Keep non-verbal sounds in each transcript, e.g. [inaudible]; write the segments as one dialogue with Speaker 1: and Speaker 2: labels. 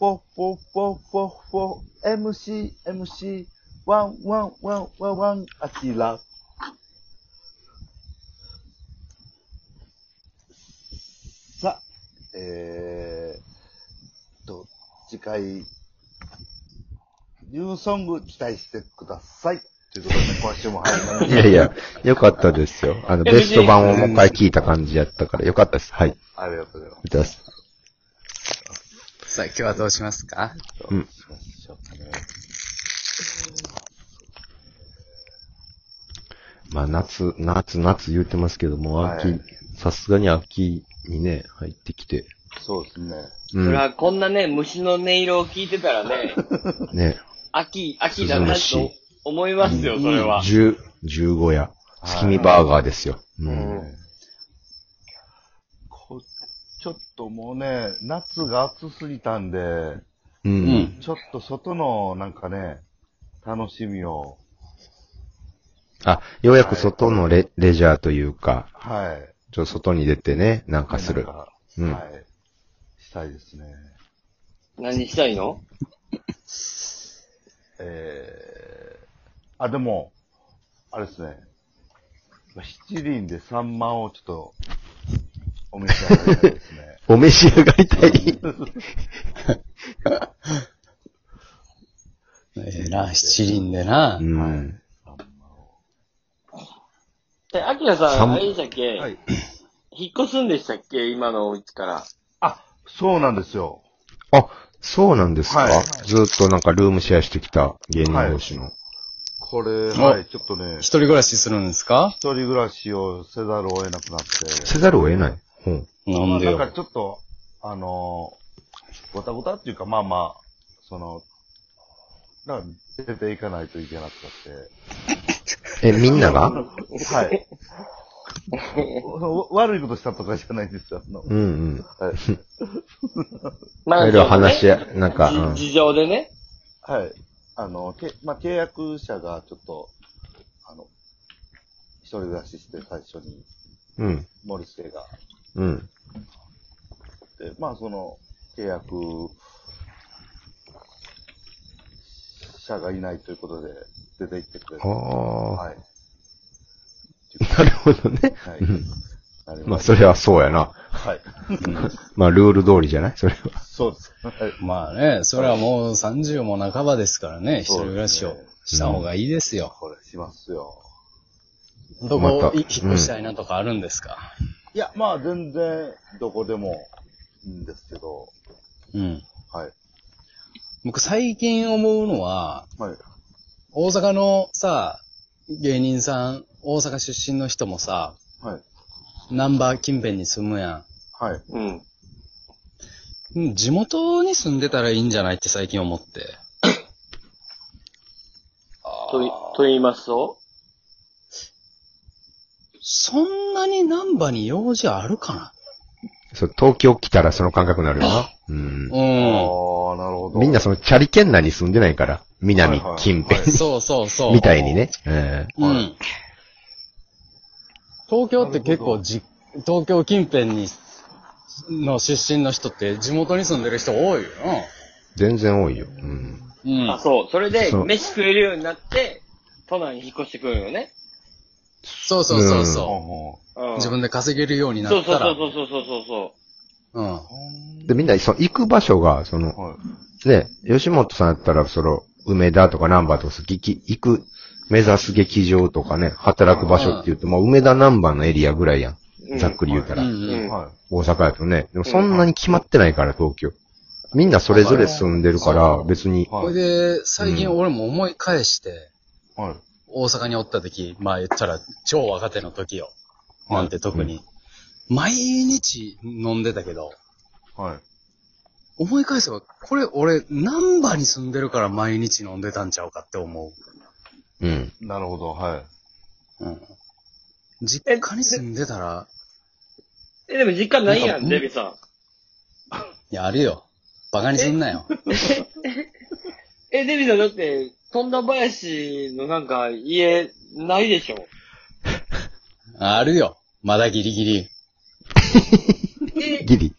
Speaker 1: ォッフォッフォッフォッフォッ、MC、MC、ワンワンワンワンワン、アキラ。さあ、えー、と、次回、ニューソング期待してください。ということで、今週も始まりま
Speaker 2: い
Speaker 1: した。
Speaker 2: やいや、よかったですよ。あの、ベスト版をもう一回聞いた感じやったから、よかったです。はい。あり
Speaker 1: ありがとうございます。
Speaker 2: がとうございます。
Speaker 3: さあ、今日はどうしますか
Speaker 2: うん
Speaker 1: どうしましょうかね。
Speaker 2: まあ、夏、夏、夏言ってますけども、
Speaker 1: は
Speaker 2: 秋
Speaker 1: い、
Speaker 2: さすがに秋にね、入ってきて。
Speaker 1: そうですね。
Speaker 2: う
Speaker 4: そ
Speaker 2: ん
Speaker 4: れ。はこんなね、虫の音色を聞いてた
Speaker 2: [laughs]
Speaker 4: らね、
Speaker 2: ね。
Speaker 4: 秋、秋だな
Speaker 2: 涼
Speaker 4: と
Speaker 2: し
Speaker 4: 思いますよ、それは。
Speaker 2: 十、十五夜。
Speaker 1: はい
Speaker 2: 月見バーガーですよ。う。
Speaker 1: うんんこちょっともうね、夏が暑すぎたんで、
Speaker 2: う。。
Speaker 3: うん
Speaker 1: ちょっと外のなんかね、楽しみを、
Speaker 2: あ、ようやく外のレ、レジャーというか、
Speaker 1: はい。
Speaker 2: ちょっと外に出てね、なんかする
Speaker 1: なん。か
Speaker 2: うん
Speaker 1: はい。したいですね。
Speaker 4: 何したいの
Speaker 1: えー、あ、でも、あれですね。七輪で三万をちょっと、お召し上がりたいですね。
Speaker 2: お召し上がりたい。
Speaker 3: ええな、七輪でな
Speaker 2: う。ん。
Speaker 1: 三万を
Speaker 4: え、アキラさん、
Speaker 2: 寒
Speaker 4: あれでしたっけ、
Speaker 1: [laughs] はい。
Speaker 4: 引っ越すんでしたっけ今のお家から。
Speaker 1: あ、そうなんですよ。
Speaker 2: あ、そうなんですか
Speaker 1: はい
Speaker 2: ずっとなんかルームシェアしてきた芸人同士の。
Speaker 1: これ、はい、ちょっとね
Speaker 3: 一、人暮らしするんですか
Speaker 1: 一人暮らしをせざるを得なくなって。
Speaker 2: せざるを得ない。うん。
Speaker 3: な
Speaker 1: まあな
Speaker 3: んで
Speaker 1: ん
Speaker 3: よ
Speaker 1: か。ちょっと、あのー、ごたごたっていうか、まあまあ、その、なんか出ていかないといけなく
Speaker 2: え、みんなが
Speaker 1: なって。はい。わ [laughs] 悪いことしたとかじゃないんですよ。あの
Speaker 2: うんうん。
Speaker 1: はい。
Speaker 4: ま
Speaker 2: いろいろ話し
Speaker 4: や、
Speaker 2: 合い、なんか、うん
Speaker 4: じ事情でね。
Speaker 1: はい。あの、けまあ、契約者がちょっと、あの、一人暮らしして最初に、
Speaker 2: うん。
Speaker 1: 森助が。
Speaker 2: うん。
Speaker 1: で、まあ、その、契約者がいないということで、出て行ってくれ
Speaker 2: あ
Speaker 1: た。
Speaker 2: あ。
Speaker 1: はい。
Speaker 2: なるほどね。
Speaker 1: はい
Speaker 2: うん。
Speaker 1: なり
Speaker 2: まあ、
Speaker 1: ます。
Speaker 2: それはそうやな。
Speaker 1: はい。
Speaker 2: まあ、ルール通りじゃないそれは。
Speaker 1: そうです。はい。
Speaker 3: まあね、それはもう30も半ばですからね、一
Speaker 1: そ
Speaker 3: 人
Speaker 1: うですね
Speaker 3: 暮らしをした方がいいですよ。
Speaker 1: これしますよ。
Speaker 3: どこ
Speaker 2: また
Speaker 3: い引っ越したいなとかあるんですか
Speaker 1: いや、まあ、全然、どこでもいいんですけど、
Speaker 3: うん。
Speaker 1: はい。
Speaker 3: 僕最近思うのは、
Speaker 1: はい。
Speaker 3: 大阪のさ、芸人さん、大阪出身の人もさ、
Speaker 1: はい。
Speaker 3: ナンバー近辺に住むや
Speaker 1: はい。
Speaker 4: うん。
Speaker 3: んうん。地元に住んでたらいいんじゃないって最近思って。
Speaker 4: とい、と言いますと
Speaker 3: そんなに難波に用事あるかな
Speaker 2: そう、東京来たらその感覚になるよな。うん。
Speaker 3: う
Speaker 1: ああ、なるほど。
Speaker 2: みんな、その、チャリ圏内に住んでないから。南
Speaker 1: はいはい
Speaker 2: 近辺
Speaker 1: は
Speaker 3: ん。そうそうそう。
Speaker 2: みたいにね。ええ
Speaker 3: うん。東京って結構じ、東京近辺に、の出身の人って地元に住んでる人多いよ
Speaker 2: 全然多いよ。うん。
Speaker 3: な。
Speaker 4: あ、そう。それで
Speaker 2: そ、う
Speaker 4: 飯食えるようになって、都内に引っ越してくるよね。
Speaker 3: そうそうそう
Speaker 1: ほう
Speaker 3: そ
Speaker 1: ほ
Speaker 4: うん。
Speaker 3: う。自分で稼げるようにな
Speaker 4: そ
Speaker 3: っ
Speaker 4: うそう
Speaker 3: た
Speaker 4: そ
Speaker 3: ら
Speaker 4: う。そうそうそうそう
Speaker 3: うん。
Speaker 2: で、みんな、その、行く場所が、その
Speaker 1: う。、はい。
Speaker 2: ね、吉本さんやったら、その、梅田とか南波とか、劇、行く、目指す劇場とかね、働く場所って言うと、まあ、梅田南波のエリアぐらいや
Speaker 4: うん
Speaker 2: ん。ざっくり言うた
Speaker 3: う
Speaker 2: ら、
Speaker 3: んうん。
Speaker 1: は
Speaker 2: 大阪やとね。でも、そんなに決まってないから、東京。みんなそれぞれ住んでるから、別に
Speaker 1: い。、
Speaker 3: こ
Speaker 1: は
Speaker 3: れ
Speaker 1: い。
Speaker 3: で、最近俺も思い返して、
Speaker 1: はい。
Speaker 3: 大阪におった時、まあ言ったら超若手の時よ。なんて特に。毎日飲んでたけど、
Speaker 1: はい。
Speaker 3: 思い返せば、これ俺、難波に住んでるから毎日飲んでたんちゃうかって思
Speaker 2: うん。
Speaker 1: なるほど、はい。
Speaker 3: う。うん。実家に住んでたら、
Speaker 4: そう。え、でも実家ないや
Speaker 3: なん
Speaker 4: ん、
Speaker 3: か
Speaker 4: デビさ
Speaker 3: いや、あるよ。バカにすんなよ。
Speaker 4: ん。え、デビさんだって、富田林のなんか家、ないでしょ。
Speaker 3: あるよ。まだギリギリ。
Speaker 4: え、
Speaker 2: ギリ。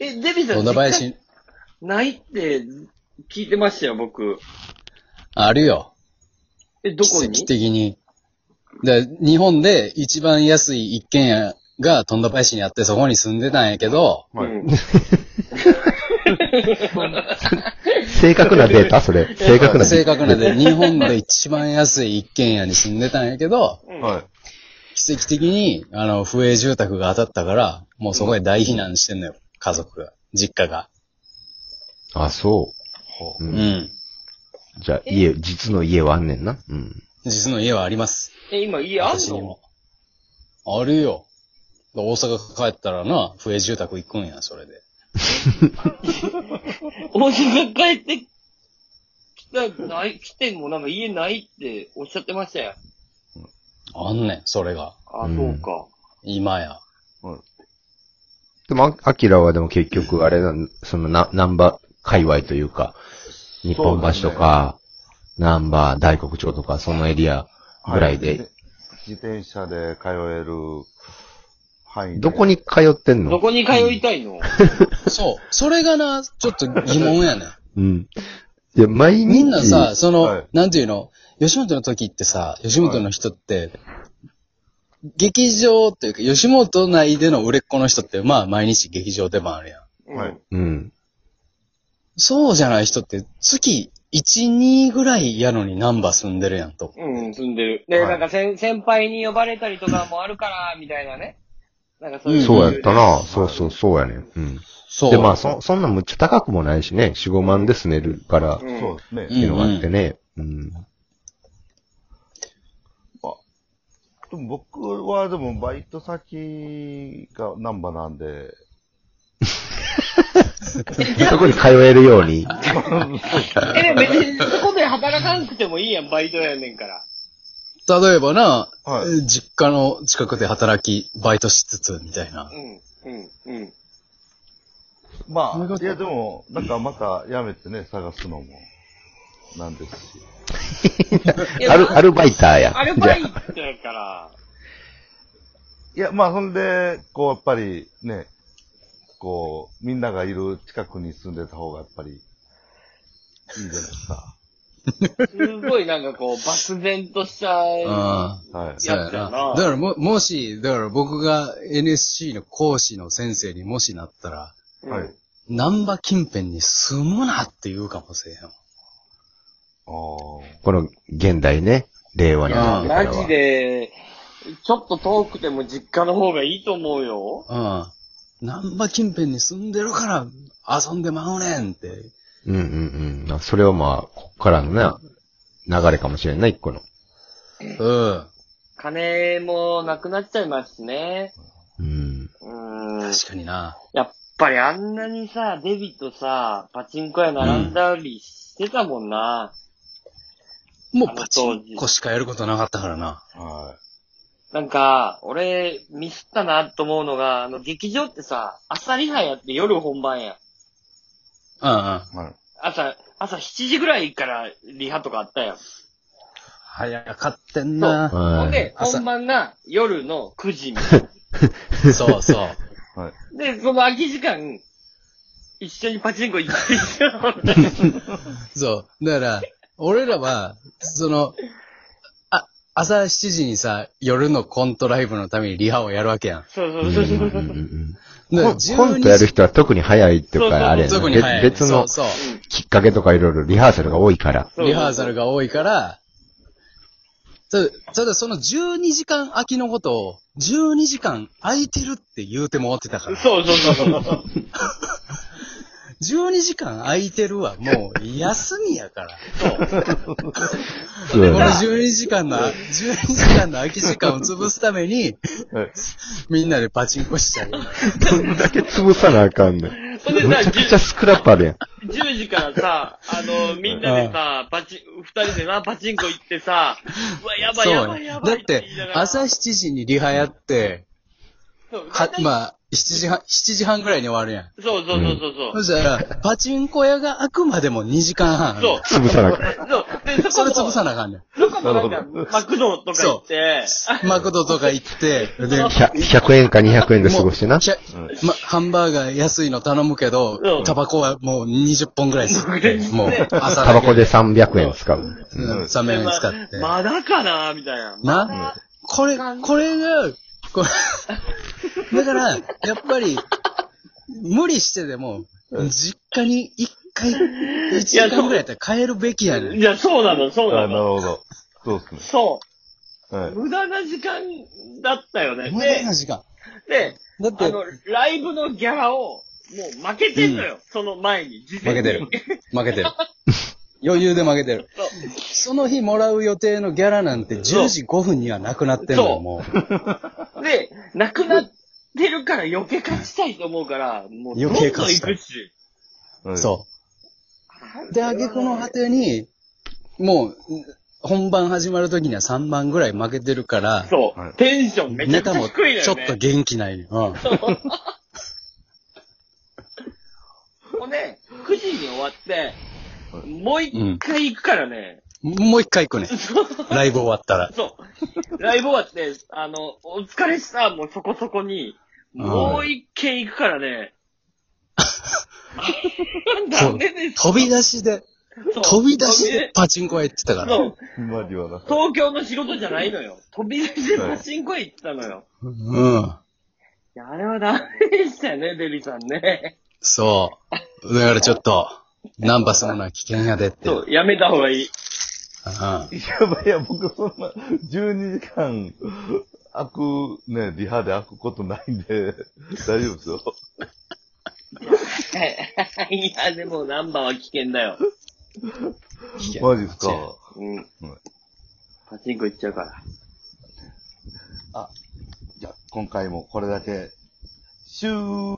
Speaker 4: え、デビさん、
Speaker 3: 野田林、
Speaker 4: ないって聞いてましたよ、僕。
Speaker 3: あるよ。
Speaker 4: え、どこ
Speaker 3: 奇
Speaker 4: に
Speaker 3: 跡的に。で日本で一番安い一軒家が富田林にあって、そこに住んでたんやけど、
Speaker 1: はい
Speaker 4: うん
Speaker 2: 正確なデータそれ。 [laughs] 正確なデ
Speaker 3: 正
Speaker 2: ータ。
Speaker 3: 確なんで、日本で一番安い一軒家に住んでたんやけど、
Speaker 1: [laughs] はい。
Speaker 3: 奇跡的に、あの、不営住宅が当たったから、もうそこへ大避難してんのよ。家族が。実家が。
Speaker 2: あ、そう。
Speaker 1: ほ
Speaker 2: う、
Speaker 3: うんん。
Speaker 2: じゃあ、家、実の家はあんねんな。うん。
Speaker 3: 実の家はあります。
Speaker 4: え、今家あん
Speaker 3: 私に
Speaker 4: の
Speaker 3: も。あるよ。大阪帰ったらな、不営住宅行くんや、それで。
Speaker 4: 大阪帰ってきた、ない、来てもなんか家ないっておっしゃってましたよ。
Speaker 3: あんねん、それが。
Speaker 4: あ、
Speaker 2: うん
Speaker 4: そうか。
Speaker 3: 今や。
Speaker 2: でも、あアキラはでも結局、あれだ、そのな、ナンバー界隈というか、日本橋とか、ナンバー大黒町とか、そのエリア
Speaker 1: う
Speaker 2: ぐらいで、
Speaker 1: 自自転車で通える範囲で。
Speaker 2: どこに通ってん
Speaker 4: ど
Speaker 2: の
Speaker 4: こに通いたいの
Speaker 3: そう。それがな、ちょっと疑問やねん。
Speaker 2: うん。いや、毎日。
Speaker 3: みんなさ、その、
Speaker 1: はい
Speaker 3: なんていうの、吉本の時ってさ、吉本の人って、劇場というか、吉本内での売れっ子の人って、まあ毎日劇場出番あるやん。
Speaker 1: はい。
Speaker 2: うん。
Speaker 3: そうじゃない人って、月1、2ぐらいやのにナンバー住んでるやんと。
Speaker 4: うん、住んでる。で、
Speaker 1: はい
Speaker 4: なんか先先輩に呼ばれたりとかもあるから、みたいなね。なんかそう
Speaker 3: う
Speaker 4: い
Speaker 3: ん
Speaker 4: う。
Speaker 2: そうやったな。そうそう、そうやね。うん。
Speaker 3: そう。
Speaker 2: で、まあ、そ、そんなむっちゃ高くもないしね、4、5万で済めるから、っ
Speaker 4: う
Speaker 2: て
Speaker 4: ん
Speaker 1: そうですね。
Speaker 3: うん
Speaker 2: いうのがあってね。うん。
Speaker 1: でも僕はでもバイト先が難波なんで、
Speaker 2: そこに通えるように。
Speaker 4: え、でも別にそこで働かなくてもいいやん、バイトやねんから。
Speaker 3: 例えばな、
Speaker 1: は
Speaker 3: 実家の近くで働き、バイトしつつ、みたいな
Speaker 4: う。ん、うん、うん。
Speaker 1: ま
Speaker 3: そういうこ
Speaker 1: あ、
Speaker 3: と
Speaker 1: いやでも、なんかまた辞めてね、探すのも、なんですし。
Speaker 2: アル、アルバイターや。
Speaker 4: アル
Speaker 2: じゃ
Speaker 4: バ
Speaker 2: あ
Speaker 4: イトやから。
Speaker 1: いや、まあ、そんで、こう、やっぱりね、こう、みんながいる近くに住んでた方が、やっぱり、いいじゃないですか。
Speaker 4: すごいなんかこう、バス然とした、
Speaker 3: うん。
Speaker 1: はい。
Speaker 4: やったよな
Speaker 3: だからも、もし、だから僕が NSC の講師の先生にもしなったら、
Speaker 4: うん
Speaker 1: はい。
Speaker 3: 難波近辺に住むなって言うかもしれへんわ。
Speaker 1: あー
Speaker 2: この、現代ね、令和になって
Speaker 3: うん
Speaker 2: から
Speaker 4: マジ
Speaker 2: は。
Speaker 4: で、ちょっと遠くても実家の方がいいと思うよ。
Speaker 3: うん。難波近辺に住んでるから遊んでまうねんって。
Speaker 2: うんうんうん。それはまあ、こっからのね、流れかもしれんない、一個の。
Speaker 3: うん。
Speaker 4: 金もなくなっちゃいますしね。
Speaker 2: うん。
Speaker 4: うん。
Speaker 3: 確かにな。
Speaker 4: やっぱりあんなにさ、デビとさ、パチンコ屋並んだりしてたもんな。
Speaker 3: もう
Speaker 4: あの
Speaker 3: パチンコしかやることなかったからな。
Speaker 1: は
Speaker 4: なんか、俺、ミスったなと思うのが、あの、劇場ってさ、朝リハやって夜本番や。
Speaker 3: うんうん。
Speaker 1: い。はい。
Speaker 4: 朝、朝7時ぐらいからリハとかあったやん。
Speaker 3: 早かってんな。
Speaker 4: ほん
Speaker 2: は
Speaker 4: で、
Speaker 3: 朝
Speaker 4: 本番が夜の9時み
Speaker 3: [laughs]
Speaker 4: たいな。
Speaker 3: そうそう。
Speaker 4: で、その空き時間、一緒にパチンコ行って一緒
Speaker 3: [laughs]
Speaker 4: に
Speaker 3: そう。だから、俺らは、その、あ、朝7時にさ、夜のコントライブのためにリハをやるわけやん。
Speaker 4: そうそ
Speaker 2: い。う
Speaker 4: うんそううんそううん
Speaker 2: うんうん
Speaker 3: だから
Speaker 2: コンコントやる人は特に早いっていう
Speaker 4: そうそう
Speaker 2: か、あれや
Speaker 3: 特に早。
Speaker 2: ないべ別の
Speaker 3: そうそ
Speaker 2: きっかけとかいろいろリハーサルが多いから。
Speaker 4: そう
Speaker 3: う。リハーサルが多いから、たただその12時間空きのことを、12時間空いてるって言うてもらってたから。
Speaker 4: そうそう
Speaker 3: [laughs]
Speaker 4: そうそう。
Speaker 3: 12時間空いてるはもう休みやから。
Speaker 2: そう
Speaker 3: この
Speaker 2: やね。
Speaker 3: 12時間の、12時間の空き時間を潰すために、みんなでパチンコしたり。
Speaker 2: どんだけ潰さなあかんねん。
Speaker 4: ほんで
Speaker 2: め
Speaker 4: さ
Speaker 2: ちゃくちゃスクラップあるやん。
Speaker 4: 10時からさ、あの、みんなでさ、パチ、二人でな、パチンコ行ってさ、うわ、やばいやばいやばい
Speaker 3: だって、朝7時にリハやって、
Speaker 4: そう
Speaker 3: は、まあ、 7時半、7時半ぐらいに終わるやん。
Speaker 4: そうそうそうそうそう。
Speaker 3: そしたら、パチンコ屋が開くまでも2時間半ある。
Speaker 4: そう。
Speaker 2: 潰さなく
Speaker 4: [laughs]
Speaker 2: て。
Speaker 4: そう。で、そ
Speaker 3: そ
Speaker 4: こ
Speaker 3: れ
Speaker 4: も
Speaker 3: 潰さなあかんねん。
Speaker 4: そこもなん
Speaker 1: なる
Speaker 4: か
Speaker 1: ほど、
Speaker 4: マクドとか行って、
Speaker 3: マクドとか行って、で、も
Speaker 2: 100 100円か200円で過ごしてな
Speaker 3: [laughs] う。ひゃま、ハンバーガー安いの頼むけ
Speaker 4: う
Speaker 3: ど、
Speaker 4: ん
Speaker 3: タバコはもう20本ぐらい吸って、もう朝
Speaker 2: タ
Speaker 3: だ
Speaker 2: バ
Speaker 3: け
Speaker 2: コで300円使う。
Speaker 3: うん300円使って。
Speaker 4: まだかなみたいな。
Speaker 3: な、これ、これが、これ、だから、やっぱり、無理してでも、実家に一回、一時間ぐらいやったら帰るべきやね
Speaker 4: い
Speaker 3: ん。
Speaker 4: や、そうなの、そう
Speaker 1: あ
Speaker 4: な
Speaker 1: なる
Speaker 4: の。
Speaker 1: ほど。そうですね。
Speaker 4: そ
Speaker 1: は
Speaker 4: う。
Speaker 1: い。
Speaker 4: 無駄な時間だったよね。
Speaker 3: 無駄な
Speaker 4: で、
Speaker 3: 時間。
Speaker 4: で、
Speaker 3: だっ
Speaker 4: あ
Speaker 3: て、
Speaker 4: の、ライブのギャラを、もう負けてんのよ。その前に、事前に。。
Speaker 3: 負けてる。余裕で負けてる。
Speaker 4: そう
Speaker 3: その日もらう予定のギャラなんて10時5分にはなくなってんの
Speaker 4: そ
Speaker 3: よ、
Speaker 4: う
Speaker 3: もう。
Speaker 4: で、なくなってるから余計勝ちたいと思うから、もうどんどん
Speaker 3: 余計勝
Speaker 4: 行
Speaker 3: ちたい
Speaker 4: くし。
Speaker 1: はい、
Speaker 3: そう。で、挙句の果てに、もう、本番始まる時には3番ぐらい負けてるから、
Speaker 4: そ。
Speaker 1: はいう
Speaker 4: テンションめち
Speaker 3: ネ
Speaker 4: ゃく
Speaker 3: タ
Speaker 4: ちゃ
Speaker 3: も
Speaker 4: 低いのよ、ね。
Speaker 3: ちょっと元気ないよ。うん
Speaker 4: ほんで、9時に終わって、もう一回行くからね。
Speaker 3: もう一回行くね。ライブ終わったら。
Speaker 4: そう。ライブ終わって、あの、お疲れした、もうそこそこに、もう一軒行くからね。
Speaker 3: [laughs] そ
Speaker 4: ダ
Speaker 3: う
Speaker 4: メです。
Speaker 3: 飛び出しで、
Speaker 4: そう
Speaker 3: 飛び出しで
Speaker 4: で
Speaker 3: パチンコ屋行ってたから。
Speaker 4: そう。
Speaker 1: ふんわりはな。
Speaker 4: 東京の仕事じゃないのよ。飛び出しでパチンコ屋行ってたのよ。
Speaker 3: うん。
Speaker 4: いや、あれはダメでしたよね、デビさんね。
Speaker 3: そう。だからちょっと、ナンパするのは危険やでって。
Speaker 4: そう、やめた方がいい。
Speaker 3: うん
Speaker 1: やばいや、僕そんな、12時間、開く、ね、リハで開くことないんで、大丈夫ですよ。
Speaker 4: [laughs] いや、でもナンバーは危険だよ。
Speaker 3: 危険
Speaker 1: マジですか。
Speaker 4: うん。パチンコ行っちゃうから。
Speaker 1: じゃあ、今回もこれだけ、終